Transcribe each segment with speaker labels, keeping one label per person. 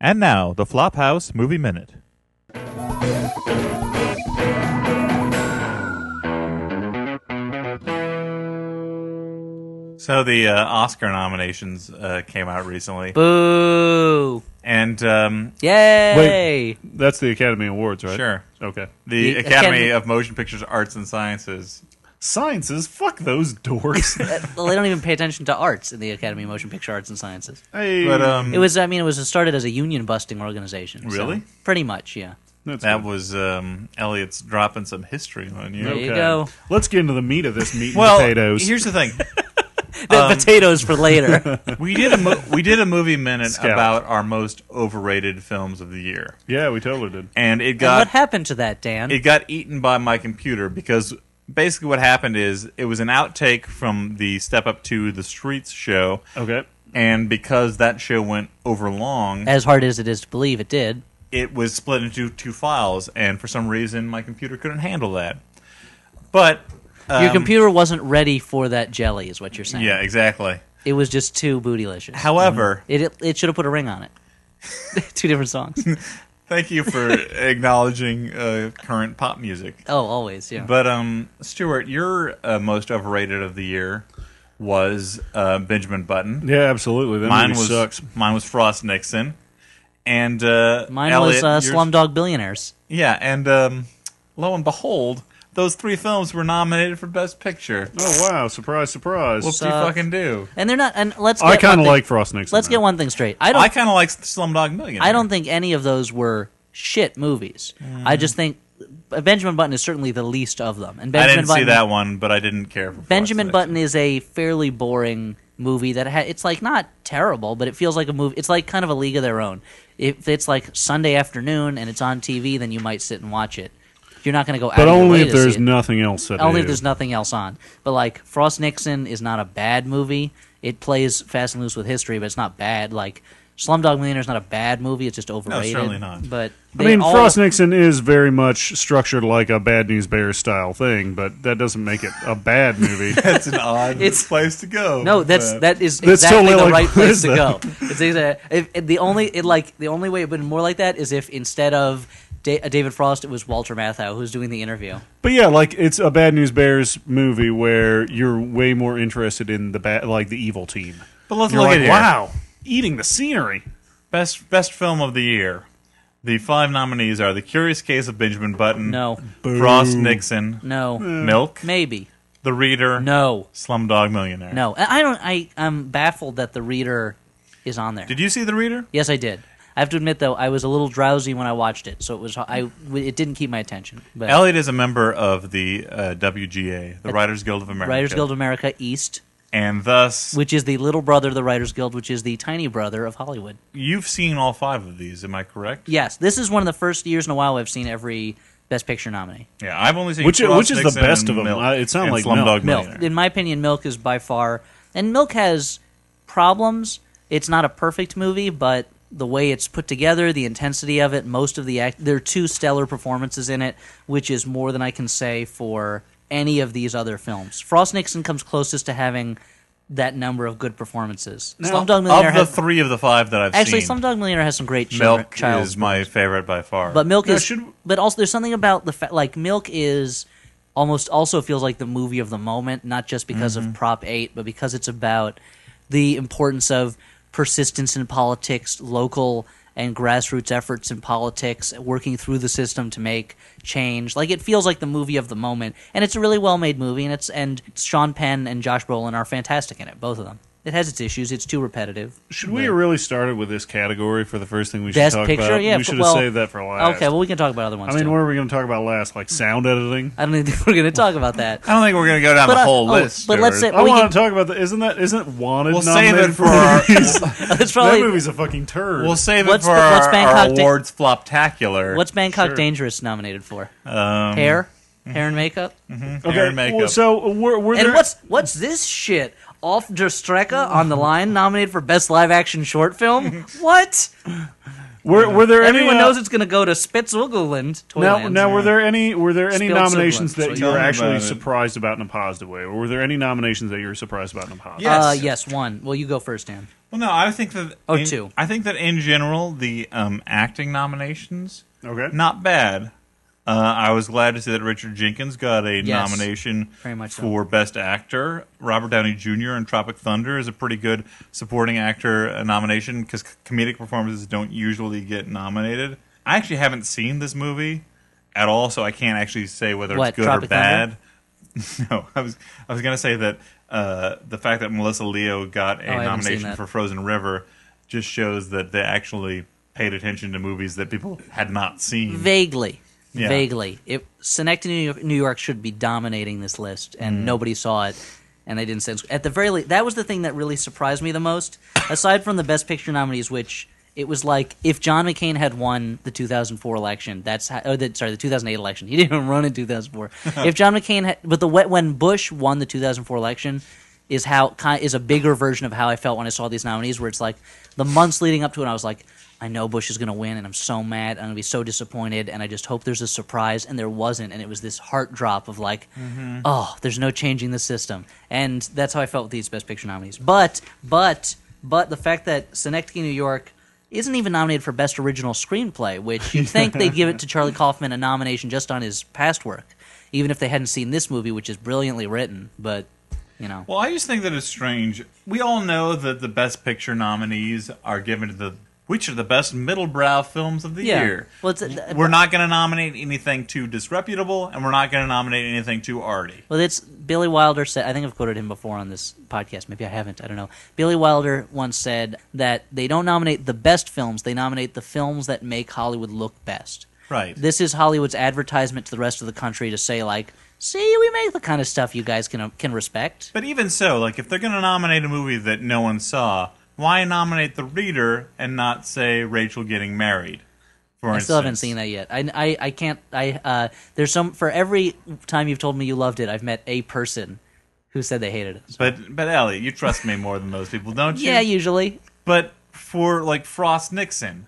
Speaker 1: And now, the Flophouse Movie Minute. So the uh, Oscar nominations uh, came out recently,
Speaker 2: Boo!
Speaker 1: and um,
Speaker 2: Yay! Uh,
Speaker 3: That's the Academy Awards, right?
Speaker 1: sure,
Speaker 3: Okay.
Speaker 1: the,
Speaker 2: The
Speaker 1: Academy,
Speaker 2: Academy-
Speaker 1: of Motion Pictures Arts and Sciences.
Speaker 3: Sciences, fuck those dorks.
Speaker 2: Uh, well, they don't even pay attention to arts in the Academy of Motion Picture Arts and Sciences.
Speaker 3: hey,
Speaker 1: But um,
Speaker 2: Mm. It was, I mean, it was started as a union busting organization. so-
Speaker 1: Really?
Speaker 2: pretty much, yeah.
Speaker 3: that's
Speaker 1: that
Speaker 3: good.
Speaker 1: was um, Elliot's dropping some history on you.
Speaker 2: There you go.
Speaker 3: Let's get into the meat of this meat and
Speaker 1: Well,
Speaker 3: potatoes.
Speaker 1: here's the thing:
Speaker 2: The potatoes for later.
Speaker 1: we did a mo- we did a movie minute
Speaker 3: Scout.
Speaker 1: about our most overrated films of the year,
Speaker 3: yeah, we totally did.
Speaker 1: and it
Speaker 2: And
Speaker 1: got
Speaker 2: what happened to that, Dan?
Speaker 1: it got eaten by my computer because basically what happened is it was an outtake from the Step Up to the Streets show,
Speaker 3: Okay.
Speaker 1: and because that show went over long,
Speaker 2: as hard as it is to believe, it did.
Speaker 1: it was split into two files, and for some reason my computer couldn't handle that. But um,
Speaker 2: Your computer wasn't ready for that jelly, is what you're saying.
Speaker 1: yeah, exactly.
Speaker 2: It was just too bootylicious.
Speaker 1: However,
Speaker 2: It, it, it should have put a ring on it. Two different songs.
Speaker 1: thank you for acknowledging uh, current pop music.
Speaker 2: Oh, always, yeah.
Speaker 1: But um, Stuart, your uh, most overrated of the year was uh, Benjamin Button.
Speaker 3: Yeah, absolutely. That
Speaker 1: Mine
Speaker 3: movie
Speaker 1: was
Speaker 3: sucks.
Speaker 1: mine was Frost Nixon, and uh,
Speaker 2: Mine
Speaker 1: Elliot,
Speaker 2: was uh,
Speaker 1: yours-
Speaker 2: Slumdog Billionaires.
Speaker 1: Yeah, and um, lo and behold, those three films were nominated for Best Picture.
Speaker 3: Oh wow! Surprise, surprise.
Speaker 1: Whoop you
Speaker 2: Suck.
Speaker 1: fucking do.
Speaker 2: And they're not. And let's. Get
Speaker 3: I
Speaker 2: one
Speaker 3: kind of
Speaker 2: thing-
Speaker 3: like Frost Nixon.
Speaker 2: Let's
Speaker 3: though.
Speaker 2: get one thing straight. I don't.
Speaker 1: I kind of like Slumdog Millionaire.
Speaker 2: I don't think any of those were shit movies. I just think Benjamin Button is certainly the least of them. And
Speaker 1: I
Speaker 2: Benjamin
Speaker 1: didn't
Speaker 2: Button,
Speaker 1: see that one, but I didn't care for
Speaker 2: Benjamin
Speaker 1: Frost Nixon.
Speaker 2: Button is a fairly boring movie that ha- it's like not terrible, but it feels like a movie. It's like kind of a league of their own. If it's like Sunday afternoon and it's on TV, then you might sit and watch it. You're not going to go. out
Speaker 3: But
Speaker 2: of your
Speaker 3: only
Speaker 2: way
Speaker 3: if
Speaker 2: to see
Speaker 3: there's
Speaker 2: it.
Speaker 3: nothing else. That
Speaker 2: Only
Speaker 3: is.
Speaker 2: if there's nothing else on. But like Frost Nixon is not a bad movie. It plays fast and loose with history, but it's not bad. Like Slumdog Millionaire is not a bad movie. It's just overrated.
Speaker 1: certainly not.
Speaker 2: But
Speaker 3: I
Speaker 2: they
Speaker 3: mean,
Speaker 2: all-
Speaker 3: Frost Nixon is very much structured like a Bad News Bears style thing, but that doesn't make it a bad movie.
Speaker 1: That's an odd
Speaker 2: It's-
Speaker 1: place to go.
Speaker 2: No, that's
Speaker 1: but-
Speaker 2: that is
Speaker 3: That's
Speaker 2: exactly the
Speaker 3: totally like-
Speaker 2: right
Speaker 3: what
Speaker 2: place
Speaker 3: is
Speaker 2: to
Speaker 3: that?
Speaker 2: go. It's, exa- if, if the only it like the only way it would be more like that is if instead of da- David Frost, it was Walter Matthau who's doing the interview.
Speaker 3: But yeah, like it's a Bad News Bears movie where you're way more interested in the bad, like the evil team.
Speaker 1: But let's
Speaker 3: You're
Speaker 1: look
Speaker 3: like,
Speaker 1: at it.
Speaker 3: wow, eating the scenery.
Speaker 1: Best best film of the year. The five nominees are The Curious Case of Benjamin Button,
Speaker 2: No,
Speaker 1: Frost Nixon,
Speaker 3: Hmm.
Speaker 2: no,
Speaker 1: Milk,
Speaker 2: maybe
Speaker 1: The Reader,
Speaker 2: no,
Speaker 1: Slumdog Millionaire.
Speaker 2: no. I I don't. I I'm baffled that the reader is on there.
Speaker 1: Did you see The Reader?
Speaker 2: Yes, I did. I have to admit though, I was a little drowsy when I watched it, so it was I it didn't keep my attention. But
Speaker 1: Elliot is a member of the uh, WGA, the Writers Guild of America.
Speaker 2: Writers Guild of America East,
Speaker 1: And thus,
Speaker 2: which is the little brother of the Writers Guild, which is the tiny brother of Hollywood.
Speaker 1: you've seen all five of these, am I correct?
Speaker 2: Yes, this is one of the first years in a while I've seen every Best Picture nominee.
Speaker 1: Yeah, I've only seen
Speaker 3: Which-
Speaker 1: Frost
Speaker 3: which is the
Speaker 1: Nixon
Speaker 3: best
Speaker 1: and
Speaker 3: of 'em.
Speaker 1: Milk,
Speaker 3: I- it sound
Speaker 1: and
Speaker 3: like
Speaker 1: Slumdog
Speaker 2: Milk,
Speaker 1: Millionaire.
Speaker 2: in my opinion, Milk is by far, and Milk has problems. It's not a perfect movie, but the way it's put together, the intensity of it, most of the act, there are two stellar performances in it, which is more than I can say for any of these other films. Frost Nixon comes closest to having that number of good performances. Slumdog Millionaire
Speaker 1: Of the
Speaker 2: has,
Speaker 1: three of the five that I've
Speaker 2: actually
Speaker 1: seen,
Speaker 2: Slumdog Millionaire has some great children,
Speaker 1: Milk
Speaker 2: child
Speaker 1: is my favorite by far.
Speaker 2: But milk
Speaker 3: Now,
Speaker 2: is.
Speaker 3: should-
Speaker 2: But also, there's something about the fact, like milk is almost also feels like the movie of the moment, not just because
Speaker 3: Mm-hmm.
Speaker 2: of Prop Eight, but because it's about the importance of persistence in politics, local and grassroots efforts in politics, working through the system to make change. Like it feels like the movie of the moment, and it's a really well made movie, and it's and Sean Penn and Josh Brolin are fantastic in it, both of them. It has its issues. It's too repetitive.
Speaker 3: Should we have really started with this category for the first thing we should
Speaker 2: Best
Speaker 3: talk
Speaker 2: picture,
Speaker 3: about?
Speaker 2: yeah.
Speaker 3: we
Speaker 2: f-
Speaker 3: should have
Speaker 2: well,
Speaker 3: saved that for last.
Speaker 2: Okay, well, we can talk about other ones.
Speaker 3: I mean,
Speaker 2: too.
Speaker 3: what are we going to talk about last? Like sound editing.
Speaker 2: I don't think we're going to talk about that.
Speaker 1: I don't think we're going to go down
Speaker 2: But
Speaker 1: the
Speaker 2: I-
Speaker 1: whole
Speaker 2: oh,
Speaker 1: list.
Speaker 2: but let's
Speaker 1: Stuart.
Speaker 2: say-
Speaker 3: I
Speaker 2: we
Speaker 3: want
Speaker 2: can-
Speaker 3: to talk about that. Isn't that isn't wanted?
Speaker 1: We'll save
Speaker 3: nominated
Speaker 1: it for our.
Speaker 2: That's
Speaker 3: that
Speaker 2: probably
Speaker 3: movie's a fucking turd.
Speaker 1: We'll save it
Speaker 2: What's
Speaker 1: for
Speaker 2: the-
Speaker 1: our,
Speaker 2: what's
Speaker 1: our
Speaker 2: Bangkok Day-
Speaker 1: awards floptacular.
Speaker 2: What's Bangkok
Speaker 3: Sure. mm-hmm.
Speaker 2: Dangerous nominated for?
Speaker 1: um,
Speaker 2: hair, hair and makeup.
Speaker 1: hair and makeup?
Speaker 3: well, so were, were
Speaker 2: And
Speaker 3: there
Speaker 2: what's what's this shit? Off Der Strecke on the line, nominated for Best Live Action Short Film. What?
Speaker 3: Were, were there
Speaker 2: Everyone
Speaker 3: any, uh,
Speaker 2: knows it's going to go to Spitzelgeland.
Speaker 3: Now, now, were there any were there any
Speaker 2: Spilled
Speaker 3: nominations
Speaker 2: Sutherland,
Speaker 3: that
Speaker 2: so
Speaker 1: you- Tell
Speaker 3: you were
Speaker 1: me about
Speaker 3: actually
Speaker 1: it.
Speaker 3: surprised about in a positive way, or were there any nominations that you were surprised about in a positive?
Speaker 2: Yes. Uh,
Speaker 4: Yes.
Speaker 2: yes, one. Well, you go first, Dan.
Speaker 1: Well, no, I think that.
Speaker 2: Oh,
Speaker 1: in-
Speaker 2: two.
Speaker 1: I think that in general, the um, acting nominations,
Speaker 3: Uh, Okay.
Speaker 1: not bad. Uh, I was glad to see that Richard Jenkins got a
Speaker 2: Yes.
Speaker 1: nomination
Speaker 2: Very much so.
Speaker 1: for Best Actor. Robert Downey Jr. in Tropic Thunder is a pretty good supporting actor uh, nomination because comedic performances don't usually get nominated. I actually haven't seen this movie at all, so I can't actually say whether
Speaker 2: What,
Speaker 1: it's good
Speaker 2: Tropic
Speaker 1: or
Speaker 2: Thunder?
Speaker 1: bad. no, I was I was gonna say that uh, the fact that Melissa Leo got
Speaker 2: Oh, I
Speaker 1: a
Speaker 2: haven't seen
Speaker 1: nomination
Speaker 2: that.
Speaker 1: for Frozen River just shows that they actually paid attention to movies that people had not seen.
Speaker 2: Vaguely.
Speaker 1: Mm. Yeah.
Speaker 2: Vaguely. If Synecdoche, New York, New York should be dominating this list, and nobody saw it, and they didn't sense. At the very least, that was the thing that really surprised me the most, aside from the Best Picture nominees, which it was like if John McCain had won the 2004 election, that's how, or the, sorry, the 2008 election. He didn't even run in 2004. if John McCain had, but the when Bush won the 2004 election, is how ki is a bigger version of how I felt when I saw these nominees, where it's like the months leading up to it, I was like, I know Bush is going to win, and I'm so mad, I'm going to be so disappointed, and I just hope there's a surprise, and there wasn't, and it was this heart drop of like, oh, there's no changing the system, and that's how I felt with these Best Picture nominees. But but but the fact that Synecdoche, New York. Isn't even nominated for Best Original Screenplay, which you'd think they'd give it to Charlie Kaufman a nomination just on his past work, even if they hadn't seen this movie, which is brilliantly written. But you know,
Speaker 1: Well, I just think that it's strange. We all know that the Best Picture nominees are given to the which are the best middlebrow films of the
Speaker 2: Yeah.
Speaker 1: year.
Speaker 2: Well, it's- uh, th-
Speaker 1: we're not going to nominate anything too disreputable, and we're not going to nominate anything too arty.
Speaker 2: Well, it's Billy Wilder said. I think I've quoted him before on this podcast. Maybe I haven't. I don't know. Billy Wilder once said that they don't nominate the best films; they nominate the films that make Hollywood look best.
Speaker 1: Right.
Speaker 2: This is Hollywood's advertisement to the rest of the country to say, like, see, we make the kind of stuff you guys can can respect.
Speaker 1: But even so, like if they're going to nominate a movie that no one saw, why nominate The Reader and not say Rachel getting married? For
Speaker 2: I still haven't seen that yet. I, I, I can't. I uh, there's some for every time you've told me you loved it, I've met a person who said they hated it.
Speaker 1: But but Ellie, you trust me more than most people, don't you?
Speaker 2: Yeah, usually.
Speaker 1: But for like Frost Nixon,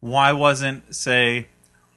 Speaker 1: why wasn't say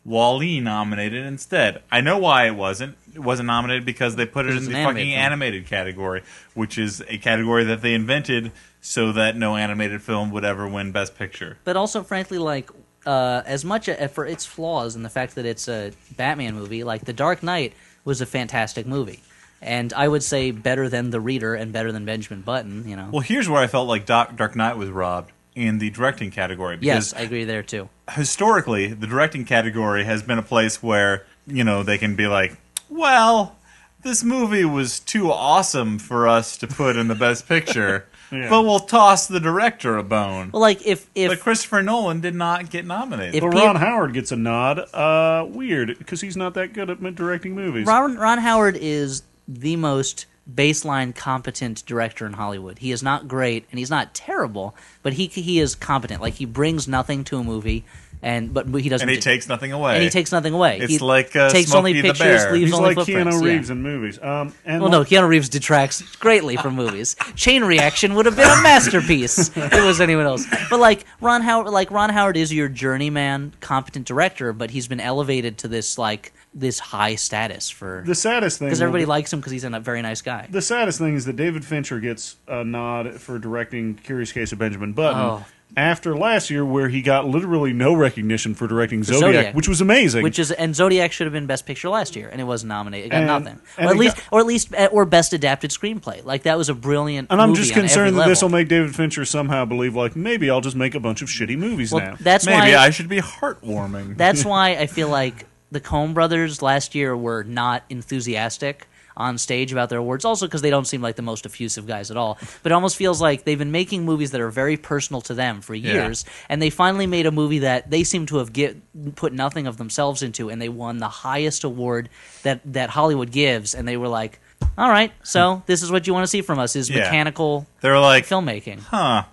Speaker 1: Wally nominated instead? I know why it wasn't. It wasn't nominated because they put it
Speaker 2: Because it's
Speaker 1: in the
Speaker 2: an
Speaker 1: fucking
Speaker 2: animated film.
Speaker 1: animated category, which is a category that they invented so that no animated film would ever win Best Picture.
Speaker 2: but also frankly like uh, as much a, for its flaws and the fact that it's a batman movie like the dark knight was a fantastic movie and i would say better than the reader and better than benjamin button you know
Speaker 1: Well, here's where I felt like Doc, Dark Knight was robbed in the directing category because
Speaker 2: yes i agree there too
Speaker 1: historically the directing category has been a place where you know they can be like, well, this movie was too awesome for us to put in the best picture,
Speaker 3: Yeah.
Speaker 1: but we'll toss the director a bone.
Speaker 2: well like if if
Speaker 1: but Christopher Nolan did not get nominated.
Speaker 2: If-
Speaker 3: But
Speaker 2: Pe-
Speaker 3: Ron Howard gets a nod. Uh, weird, because he's not that good at directing movies.
Speaker 2: Ron, Ron Howard is the most baseline competent director in Hollywood. He is not great and he's not terrible, but he he is competent. Like he brings nothing to a movie, and but he doesn't.
Speaker 1: and he takes nothing away.
Speaker 2: and he takes nothing away.
Speaker 1: It's
Speaker 2: he
Speaker 1: like, uh,
Speaker 2: takes only
Speaker 1: Smokey the
Speaker 2: pictures,
Speaker 1: Bear.
Speaker 2: leaves
Speaker 3: he's
Speaker 2: only
Speaker 3: like Keanu
Speaker 2: footprints, yeah.
Speaker 3: Reeds in movies. Um, and
Speaker 2: Well, no, Keanu Reeves detracts greatly from movies. Chain Reaction would have been a masterpiece if it was anyone else. But like Ron Howard, like Ron Howard is your journeyman, competent director, but he's been elevated to this like this high status for
Speaker 3: the saddest thing
Speaker 2: because
Speaker 3: will
Speaker 2: everybody
Speaker 3: be-
Speaker 2: likes him because he's a very nice guy.
Speaker 3: the saddest thing is that David Fincher gets a nod for directing Curious Case of Benjamin Button.
Speaker 2: Oh.
Speaker 3: After last year, where he got literally no recognition for directing Zodiac,
Speaker 2: Zodiac.
Speaker 3: which was amazing.
Speaker 2: Which is and Zodiac should have been Best Picture last year, and it wasn't nominated. It got
Speaker 3: And-
Speaker 2: nothing,
Speaker 3: and
Speaker 2: or at
Speaker 3: it
Speaker 2: least,
Speaker 3: got-
Speaker 2: or at least, or Best Adapted Screenplay. Like that was a brilliant.
Speaker 3: and I'm
Speaker 2: movie
Speaker 3: just
Speaker 2: on every
Speaker 3: concerned that
Speaker 2: level.
Speaker 3: this will make David Fincher somehow believe, like, maybe I'll just make a bunch of shitty movies
Speaker 2: Well,
Speaker 3: now.
Speaker 2: that's
Speaker 1: Maybe
Speaker 2: why
Speaker 1: I should be heartwarming.
Speaker 2: That's why I feel like the Coen brothers last year were not enthusiastic on stage about their awards, also because they don't seem like the most effusive guys at all. But it almost feels like they've been making movies that are very personal to them for years, and they finally made a movie that they seem to have get, put nothing of themselves into, and they won the highest award that, that Hollywood gives, and they were like, all right, so this is what you want to see from us is
Speaker 1: Yeah.
Speaker 2: mechanical
Speaker 1: They're like,
Speaker 2: filmmaking.
Speaker 1: huh.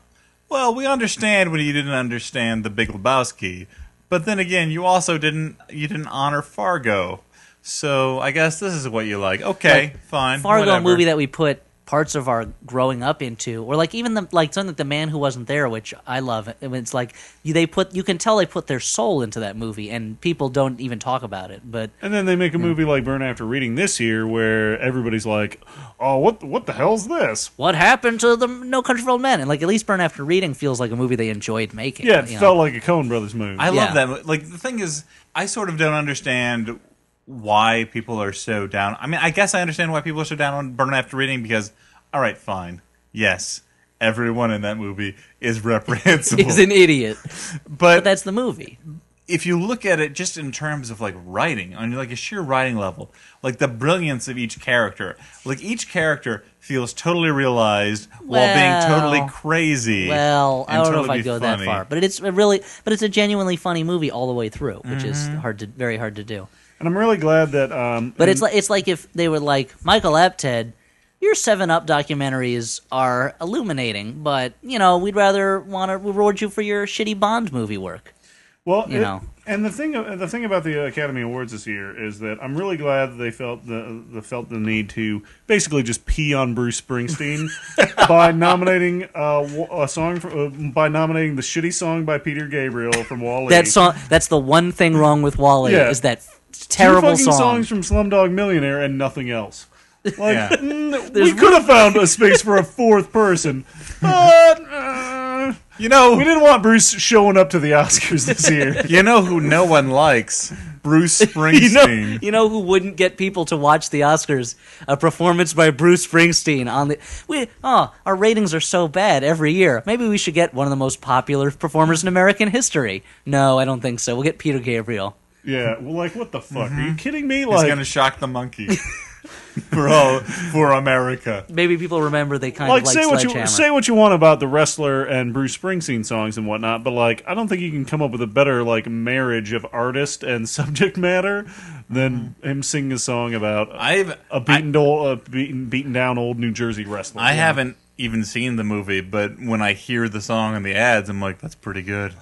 Speaker 1: Well, we understand when you didn't understand the Big Lebowski, but then again, you also didn't you didn't honor Fargo. So I guess this is what you like. Okay, fine.
Speaker 2: Fargo
Speaker 1: whatever.
Speaker 2: movie that we put parts of our growing up into, or like even the like something like the man who wasn't there, which I love. I mean, It's like you, they put you can tell they put their soul into that movie, and people don't even talk about it. But
Speaker 3: And then they make a movie like Burn After Reading this year, where everybody's like, "Oh, what what the hell's this?"
Speaker 2: what happened to the No Country for Old Men? And like at least Burn After Reading feels like a movie they enjoyed making.
Speaker 3: Yeah, it
Speaker 2: you know?
Speaker 3: felt like a Coen Brothers movie.
Speaker 1: I love
Speaker 2: Yeah.
Speaker 1: that. Like the thing is, I sort of don't understand why people are so down. I mean, I guess I understand why people are so down on Burn After Reading because, all right, fine, yes, everyone in that movie is reprehensible.
Speaker 2: he's an idiot.
Speaker 1: but
Speaker 2: But that's the movie.
Speaker 1: if you look at it just in terms of like writing on like a sheer writing level like the brilliance of each character like each character feels totally realized while
Speaker 2: Well-
Speaker 1: being totally crazy
Speaker 2: Well, I
Speaker 1: and
Speaker 2: don't know if
Speaker 1: totally
Speaker 2: I'd go that
Speaker 1: funny.
Speaker 2: far, but it's a really, but it's a genuinely funny movie all the way through, which is hard to, very hard to do.
Speaker 3: and I'm really glad that. Um,
Speaker 2: But
Speaker 3: in-
Speaker 2: it's like it's like if they were like Michael Apted, your Seven Up documentaries are illuminating, but you know we'd rather want to reward you for your shitty Bond movie work.
Speaker 3: Well,
Speaker 2: you
Speaker 3: it-
Speaker 2: know.
Speaker 3: and the thing, the thing about the Academy Awards this year is that I'm really glad that they felt the, the felt the need to basically just pee on Bruce Springsteen by nominating uh, wa- a song from, uh, by nominating the shitty song by Peter Gabriel from Wally.
Speaker 2: That song, that's the one thing wrong with Wally
Speaker 3: Yeah.
Speaker 2: is that f-
Speaker 3: Two
Speaker 2: terrible
Speaker 3: fucking
Speaker 2: song.
Speaker 3: songs from Slumdog Millionaire and nothing else. Like,
Speaker 1: Yeah.
Speaker 3: mm, we could have found a space for a fourth person, but uh,
Speaker 1: you know
Speaker 3: we didn't want Bruce showing up to the Oscars this year.
Speaker 1: you know who no one likes bruce
Speaker 2: you know,
Speaker 1: springsteen
Speaker 2: you know who wouldn't get people to watch the Oscars? A performance by Bruce Springsteen on the we oh our ratings are so bad every year. Maybe we should get one of the most popular performers in American history. No, I don't think so. We'll get Peter Gabriel.
Speaker 3: Yeah, well, like what the fuck? Are you kidding me?
Speaker 1: is
Speaker 3: Like,
Speaker 1: gonna shock the monkey for all for america
Speaker 2: Maybe people remember they kind
Speaker 3: like
Speaker 2: of like
Speaker 3: say what you
Speaker 2: Sledgehammer.
Speaker 3: say what you want about the wrestler and Bruce Springsteen songs and whatnot, but like I don't think you can come up with a better like marriage of artist and subject matter than him singing a song about
Speaker 1: i've
Speaker 3: a beaten old, a beaten, beaten down old New Jersey wrestler.
Speaker 1: I haven't even seen the movie, but when I hear the song and the ads, I'm like, that's pretty good.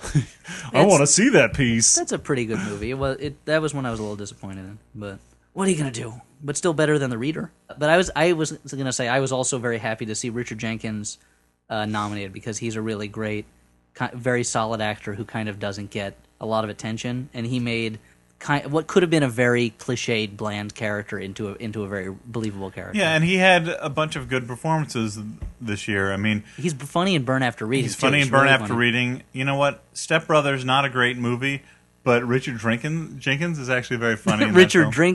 Speaker 3: I want to see that piece.
Speaker 2: That's a pretty good movie. It was it that was one I was a little disappointed in, but what are you gonna do? But still better than the reader. But I was I was gonna say I was also very happy to see Richard Jenkins uh, nominated because he's a really great, ki- very solid actor who kind of doesn't get a lot of attention, and he made kind what could have been a very cliched, bland character into a, into a very believable character.
Speaker 1: Yeah, and he had a bunch of good performances this year. I mean,
Speaker 2: he's funny in Burn After Reading.
Speaker 1: he's
Speaker 2: too.
Speaker 1: funny in Burn
Speaker 2: really
Speaker 1: After
Speaker 2: funny.
Speaker 1: Reading. You know what? Step Brothers not a great movie, but Richard Drinkin, Jenkins is actually very funny. in that
Speaker 2: Richard
Speaker 1: film.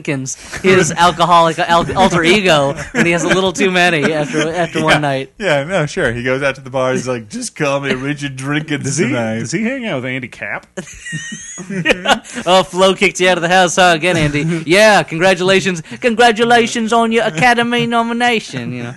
Speaker 2: Drinkins, his alcoholic al- alter ego, and he has a little too many after after
Speaker 1: Yeah.
Speaker 2: one night.
Speaker 1: Yeah, no, sure. He goes out to the bar. He's like, "Just call me Richard Drinkin
Speaker 3: Does he,
Speaker 1: tonight."
Speaker 3: does he hang out with Andy Cap?
Speaker 2: Oh, Flo kicked you out of the house, huh? Again, Andy. Yeah, congratulations, congratulations on your Academy nomination. You know,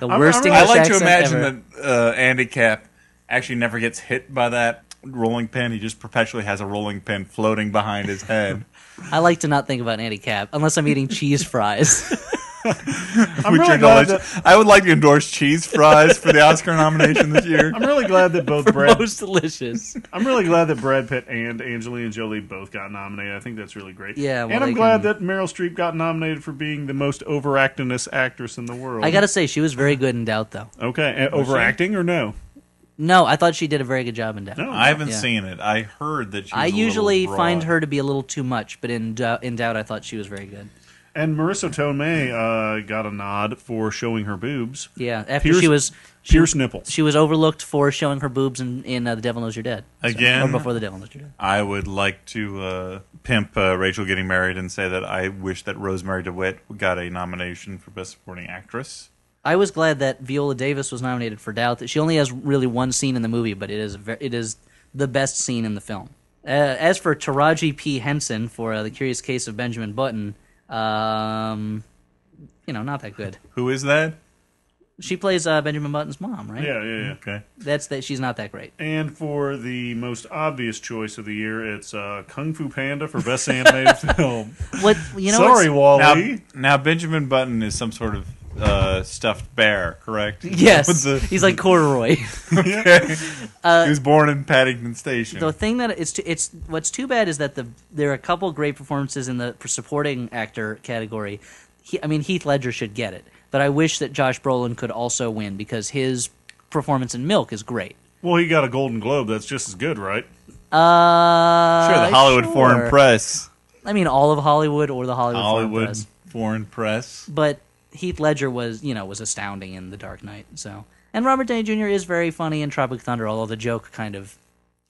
Speaker 2: the worst
Speaker 3: I'm-
Speaker 2: English
Speaker 1: I like to
Speaker 2: accent
Speaker 1: imagine
Speaker 2: ever.
Speaker 1: that uh, Andy Cap actually never gets hit by that rolling pin. He just perpetually has a rolling pin floating behind his head.
Speaker 2: I like to not think about Andy Cap unless I'm eating cheese fries.
Speaker 3: I'm
Speaker 1: Which
Speaker 3: really
Speaker 1: are
Speaker 3: glad
Speaker 1: delicious.
Speaker 3: that,
Speaker 1: I would like to endorse cheese fries for the Oscar nomination this year.
Speaker 3: I'm really glad that both Brad
Speaker 2: Most delicious.
Speaker 3: I'm really glad that Brad Pitt and Angelina Jolie both got nominated. I think that's really great.
Speaker 2: Yeah, well,
Speaker 3: and I'm
Speaker 2: they can-
Speaker 3: glad that Meryl Streep got nominated for being the most overactingest actress in the world.
Speaker 2: I gotta say, she was very good in Doubt, though.
Speaker 3: okay, uh, overacting or no?
Speaker 2: No, I thought she did a very good job in Doubt.
Speaker 3: No,
Speaker 1: I haven't
Speaker 2: Yeah.
Speaker 1: seen it. I heard that she. Was a
Speaker 2: I
Speaker 1: little
Speaker 2: usually
Speaker 1: broad.
Speaker 2: find her to be a little too much, but in Doubt, in Doubt, I thought she was very good.
Speaker 3: And Marissa Tomei uh, got a nod for showing her boobs,
Speaker 2: Yeah, after
Speaker 3: Pierce-
Speaker 2: she was she,
Speaker 3: pierced nipples.
Speaker 2: she was overlooked for showing her boobs in, in uh, The Devil Knows You're Dead So-
Speaker 1: Again?
Speaker 2: or before The Devil Knows You're Dead.
Speaker 1: I would like to uh, pimp uh, Rachel getting married and say that I wish that Rosemary DeWitt got a nomination for Best Supporting Actress.
Speaker 2: I was glad that Viola Davis was nominated for Doubt. She only has really one scene in the movie, but it is ver- it is the best scene in the film. Uh, as for Taraji P Henson for uh, The Curious Case of Benjamin Button, um, you know, not that good.
Speaker 1: Who is that?
Speaker 2: She plays uh, Benjamin Button's mom, right?
Speaker 3: Yeah, yeah, yeah.
Speaker 1: Okay.
Speaker 2: That's that. She's not that great.
Speaker 3: And for the most obvious choice of the year, it's uh, Kung Fu Panda for Best Animated Film.
Speaker 2: What you know?
Speaker 3: Sorry,
Speaker 2: what's-
Speaker 1: Now,
Speaker 3: Wally.
Speaker 1: now Benjamin Button is some sort of uh, stuffed bear, correct?
Speaker 2: Yes,
Speaker 1: With the-
Speaker 2: he's like corduroy.
Speaker 1: okay. he was born in Paddington Station.
Speaker 2: The thing that it's too, it's what's too bad is that the there are a couple great performances in the supporting actor category. He, I mean, Heath Ledger should get it. But I wish that Josh Brolin could also win because his performance in Milk is great.
Speaker 3: Well, he got a Golden Globe. That's just as good, right?
Speaker 2: Uh,
Speaker 1: Sure, the Hollywood
Speaker 2: sure.
Speaker 1: Foreign Press.
Speaker 2: I mean, all of Hollywood or the Hollywood, Foreign
Speaker 1: Hollywood
Speaker 2: Press.
Speaker 1: Foreign Press.
Speaker 2: But Heath Ledger was, you know, was astounding in The Dark Knight. So, and Robert Downey Jr. is very funny in Tropic Thunder, although the joke kind of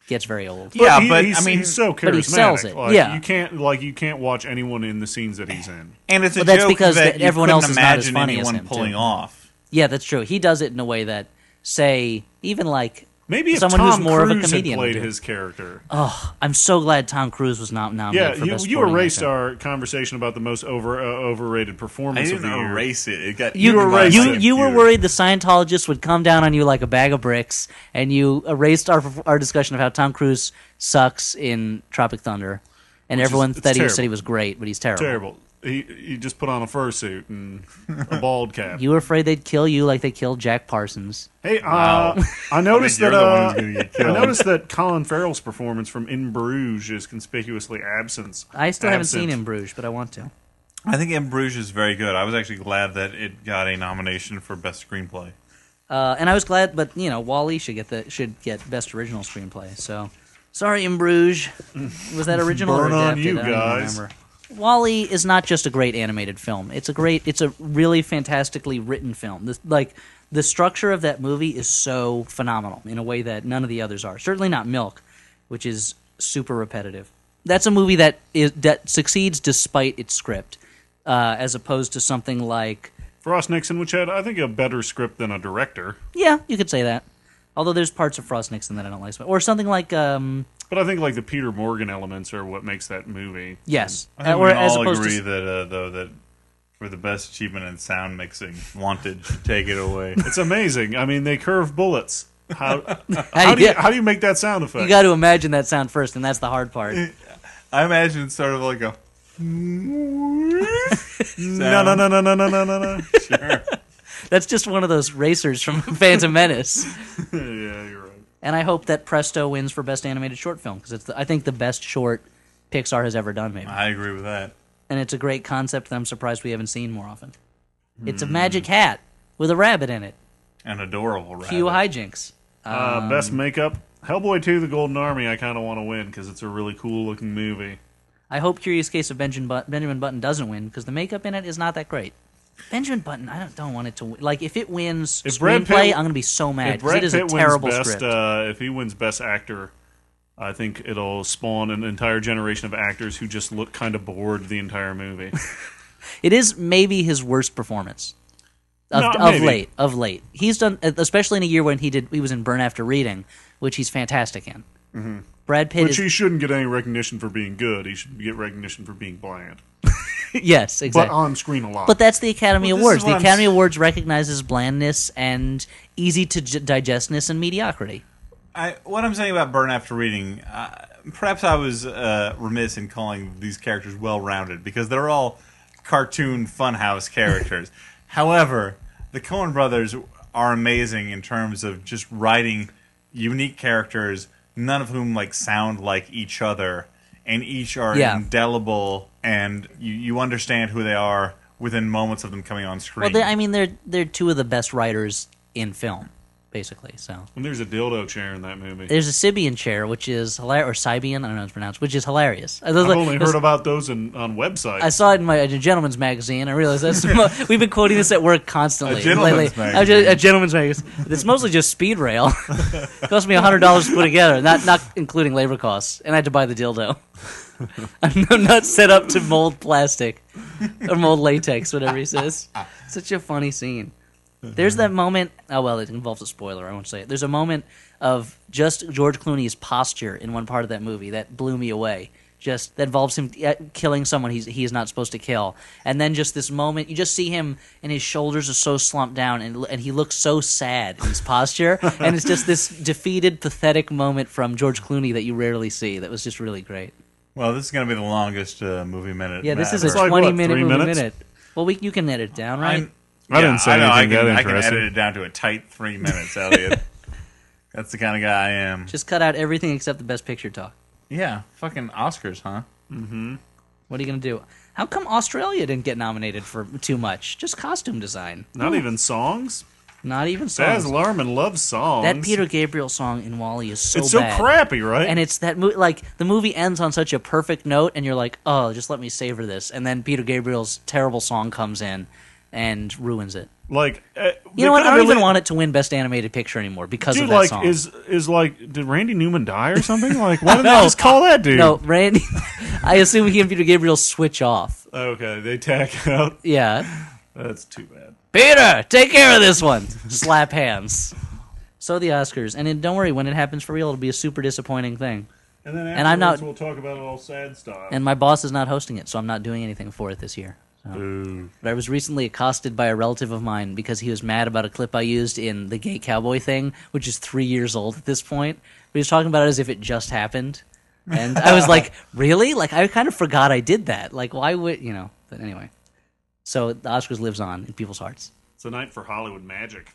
Speaker 2: gets very old.
Speaker 1: Yeah, but,
Speaker 3: he's,
Speaker 1: I mean-
Speaker 3: he's so charismatic.
Speaker 2: But he sells it,
Speaker 3: Like,
Speaker 2: yeah.
Speaker 3: you can't like you can't watch anyone in the scenes that he's in.
Speaker 1: And it's a
Speaker 2: Well, that's
Speaker 1: joke
Speaker 2: because
Speaker 1: that
Speaker 2: th-
Speaker 1: you
Speaker 2: everyone
Speaker 1: couldn't
Speaker 2: else is not as
Speaker 1: imagine
Speaker 2: funny as
Speaker 1: anyone
Speaker 2: him, too.
Speaker 1: pulling off.
Speaker 2: Yeah, that's true. He does it in a way that, say, even like
Speaker 3: Maybe if
Speaker 2: someone
Speaker 3: Tom
Speaker 2: who's more
Speaker 3: Cruise
Speaker 2: of a comedian.
Speaker 3: had
Speaker 2: would
Speaker 3: played
Speaker 2: do it.
Speaker 3: his character.
Speaker 2: Oh, I'm so glad Tom Cruise was not nominated
Speaker 3: yeah,
Speaker 2: for
Speaker 3: you,
Speaker 2: best
Speaker 3: you
Speaker 2: supporting
Speaker 3: erased
Speaker 2: actor.
Speaker 3: our conversation about the most over uh, overrated
Speaker 1: I
Speaker 3: performance
Speaker 1: didn't
Speaker 3: of the year.
Speaker 1: erase it. It got
Speaker 2: You,
Speaker 1: eaten by
Speaker 3: erased
Speaker 1: my
Speaker 2: you,
Speaker 3: it.
Speaker 2: you were
Speaker 1: computer.
Speaker 2: worried the Scientologists would come down on you like a bag of bricks, and you erased our our discussion of how Tom Cruise sucks in Tropic Thunder, and everyone
Speaker 3: it's
Speaker 2: that he said
Speaker 3: terrible.
Speaker 2: he was great, but he's terrible.
Speaker 3: Terrible. He he just put on a fursuit and a bald cap.
Speaker 2: You were afraid they'd kill you like they killed Jack Parsons.
Speaker 3: hey, uh,
Speaker 1: Wow.
Speaker 3: I noticed
Speaker 1: you're
Speaker 3: that.
Speaker 1: the one
Speaker 3: Uh,
Speaker 1: who's gonna get
Speaker 3: I
Speaker 1: killed.
Speaker 3: noticed that Colin Farrell's performance from In Bruges is conspicuously absent.
Speaker 2: I still haven't seen
Speaker 3: absent.
Speaker 2: him, Bruges, but I want to.
Speaker 1: I think In Bruges is very good. I was actually glad that it got a nomination for best screenplay.
Speaker 2: Uh, and I was glad, but you know, Wally should get the should get best original screenplay. So sorry, In Bruges, was that original or
Speaker 3: Mm. Burn on
Speaker 2: adapted?
Speaker 3: you
Speaker 2: I don't even
Speaker 3: guys.
Speaker 2: remember. Wally is not just a great animated film. It's a great. It's a really fantastically written film. This, like the structure of that movie is so phenomenal in a way that none of the others are. Certainly not Milk, which is super repetitive. That's a movie that is that succeeds despite its script, uh, as opposed to something like
Speaker 3: Frost Nixon, which had I think a better script than a director,
Speaker 2: Yeah, you could say that. Although there's parts of Frost Nixon that I don't like, so- or something like um,
Speaker 3: but I think like the Peter Morgan elements are what makes that movie.
Speaker 2: yes,
Speaker 1: I think
Speaker 2: Uh,
Speaker 1: we
Speaker 2: or
Speaker 1: can
Speaker 2: as
Speaker 1: all
Speaker 2: opposed
Speaker 1: agree
Speaker 2: to
Speaker 1: that uh, though that for the best achievement in sound mixing, Wanted should take it away.
Speaker 3: It's amazing. I mean, they curve bullets. How
Speaker 2: how,
Speaker 3: how
Speaker 2: do you, you,
Speaker 3: how do you make that sound effect?
Speaker 2: got to imagine that sound first, and that's the hard part.
Speaker 1: I imagine it's sort of like a
Speaker 3: no, no, no, no, no, no, no, no, no.
Speaker 2: That's just one of those racers from Phantom Menace.
Speaker 3: yeah, you're right.
Speaker 2: And I hope that Presto wins for best animated short film because it's the, I think the best short Pixar has ever done, maybe.
Speaker 1: I agree with that.
Speaker 2: And it's a great concept that I'm surprised we haven't seen more often. It's a
Speaker 1: Hmm.
Speaker 2: magic hat with a rabbit in it.
Speaker 1: An adorable rabbit.
Speaker 2: Cue hijinks. Um,
Speaker 3: Uh, best makeup. Hellboy 2: The Golden Army. I kind of want to win because it's a really cool looking movie.
Speaker 2: I hope Curious Case of Benjamin, but- Benjamin Button doesn't win because the makeup in it is not that great. Benjamin Button, I don't, don't want it to win. Like if it wins
Speaker 3: If Brad
Speaker 2: screenplay,
Speaker 3: Pitt-
Speaker 2: I'm going to be so mad
Speaker 3: If
Speaker 2: 'cause
Speaker 3: Brad
Speaker 2: it is
Speaker 3: Pitt
Speaker 2: a
Speaker 3: wins
Speaker 2: terrible
Speaker 3: best,
Speaker 2: script.
Speaker 3: Uh, if he wins Best Actor, I think it'll spawn an entire generation of actors who just look kind of bored the entire movie.
Speaker 2: it is maybe his worst performance of,
Speaker 3: No,
Speaker 2: of
Speaker 3: maybe.
Speaker 2: late. Of late, he's done e, especially in a year when he did he was in Burn After Reading, which he's fantastic in. Brad Pitt
Speaker 3: Which
Speaker 2: is
Speaker 3: he shouldn't get any recognition for being good. He should get recognition for being bland.
Speaker 2: yes
Speaker 3: But uh,
Speaker 2: exactly.
Speaker 3: on screen a lot.
Speaker 2: But that's the Academy
Speaker 1: Well, this
Speaker 2: Awards.
Speaker 1: is
Speaker 2: The
Speaker 1: what I'm
Speaker 2: Academy
Speaker 1: s-
Speaker 2: Awards recognizes blandness and easy to j- digestness and mediocrity.
Speaker 1: I, what I'm saying about burn after reading, uh, perhaps I was uh, remiss in calling these characters well-rounded because they're all cartoon funhouse characters. However, the Coen brothers are amazing in terms of just writing unique characters, none of whom like sound like each other, and each are
Speaker 2: Yeah.
Speaker 1: indelible, and you, you understand who they are within moments of them coming on screen.
Speaker 2: Well, they, I mean, they're they're two of the best writers in film, basically. So
Speaker 3: and there's a dildo chair in that movie.
Speaker 2: there's a Sibian chair, which is hilarious, or Sibian, I don't know how it's pronounced, which is hilarious. I, was
Speaker 3: I've
Speaker 2: like-
Speaker 3: only
Speaker 2: it was-
Speaker 3: heard about those in, on websites.
Speaker 2: I saw it in my a gentleman's magazine. I realized that's the mo- we've been quoting this at work constantly.
Speaker 1: A gentleman's
Speaker 2: lately. I was just- A gentleman's magazine. It's mostly just speed rail. cost me hundred dollars to put together, not not including labor costs, and I had to buy the dildo. I'm not set up to mold plastic or mold latex, whatever he says. Such a funny scene. There's that moment. Oh well, it involves a spoiler. I won't say it. There's a moment of just George Clooney's posture in one part of that movie that blew me away. Just that involves him uh, killing someone he's he is not supposed to kill, and then just this moment you just see him and his shoulders are so slumped down and and he looks so sad in his posture, and it's just this defeated, pathetic moment from George Clooney that you rarely see. That was just really great.
Speaker 1: well, this is going to be the longest uh, movie minute.
Speaker 2: Yeah, this
Speaker 1: ever.
Speaker 2: is a
Speaker 3: It's like, what,
Speaker 2: twenty minute
Speaker 3: three
Speaker 2: movie
Speaker 3: minutes?
Speaker 2: minute. Well, we you can edit it down, right?
Speaker 1: I'm-
Speaker 3: I didn't say
Speaker 1: know,
Speaker 3: anything
Speaker 1: I can,
Speaker 3: that
Speaker 1: I can
Speaker 3: interesting.
Speaker 1: edit it down to a tight three minutes, Elliot. That's the kind of guy I am.
Speaker 2: Just cut out everything except the best picture talk.
Speaker 1: yeah, fucking Oscars, huh?
Speaker 2: What are you going to do? How come Australia didn't get nominated for too much? Just costume design.
Speaker 3: Not even songs.
Speaker 2: Not even songs.
Speaker 3: Baz Luhrmann loves songs.
Speaker 2: that Peter Gabriel song in Wally is so
Speaker 3: it's so
Speaker 2: bad.
Speaker 3: crappy, right?
Speaker 2: And it's that movie, like the movie ends on such a perfect note, and you're like, oh, just let me savor this. And then Peter Gabriel's terrible song comes in and ruins it.
Speaker 3: like uh,
Speaker 2: You know what? I don't even want it to win Best Animated Picture anymore because
Speaker 3: Dude,
Speaker 2: of that
Speaker 3: like
Speaker 2: song.
Speaker 3: is is like did Randy Newman die or something? Like why didn't they
Speaker 2: No.
Speaker 3: just call that dude?
Speaker 2: no, Randy. I assume he and Peter Gabriel switch off.
Speaker 3: Okay, they tack out.
Speaker 2: Yeah,
Speaker 3: That's too bad.
Speaker 2: Peter, take care of this one. Slap hands. So the Oscars, and then don't worry, when it happens for real, it'll be a super disappointing thing.
Speaker 3: And then
Speaker 2: And I'm not-
Speaker 3: afterwards We'll talk about it all sad style.
Speaker 2: And my boss is not hosting it, so I'm not doing anything for it this year. So. But I was recently accosted by a relative of mine because he was mad about a clip I used in the gay cowboy thing, which is three years old at this point. But he was talking about it as if it just happened. And I was like, really? Like, I kind of forgot I did that. Like, why would, you know? But anyway. So the Oscars lives on in people's hearts.
Speaker 3: it's a night for Hollywood magic.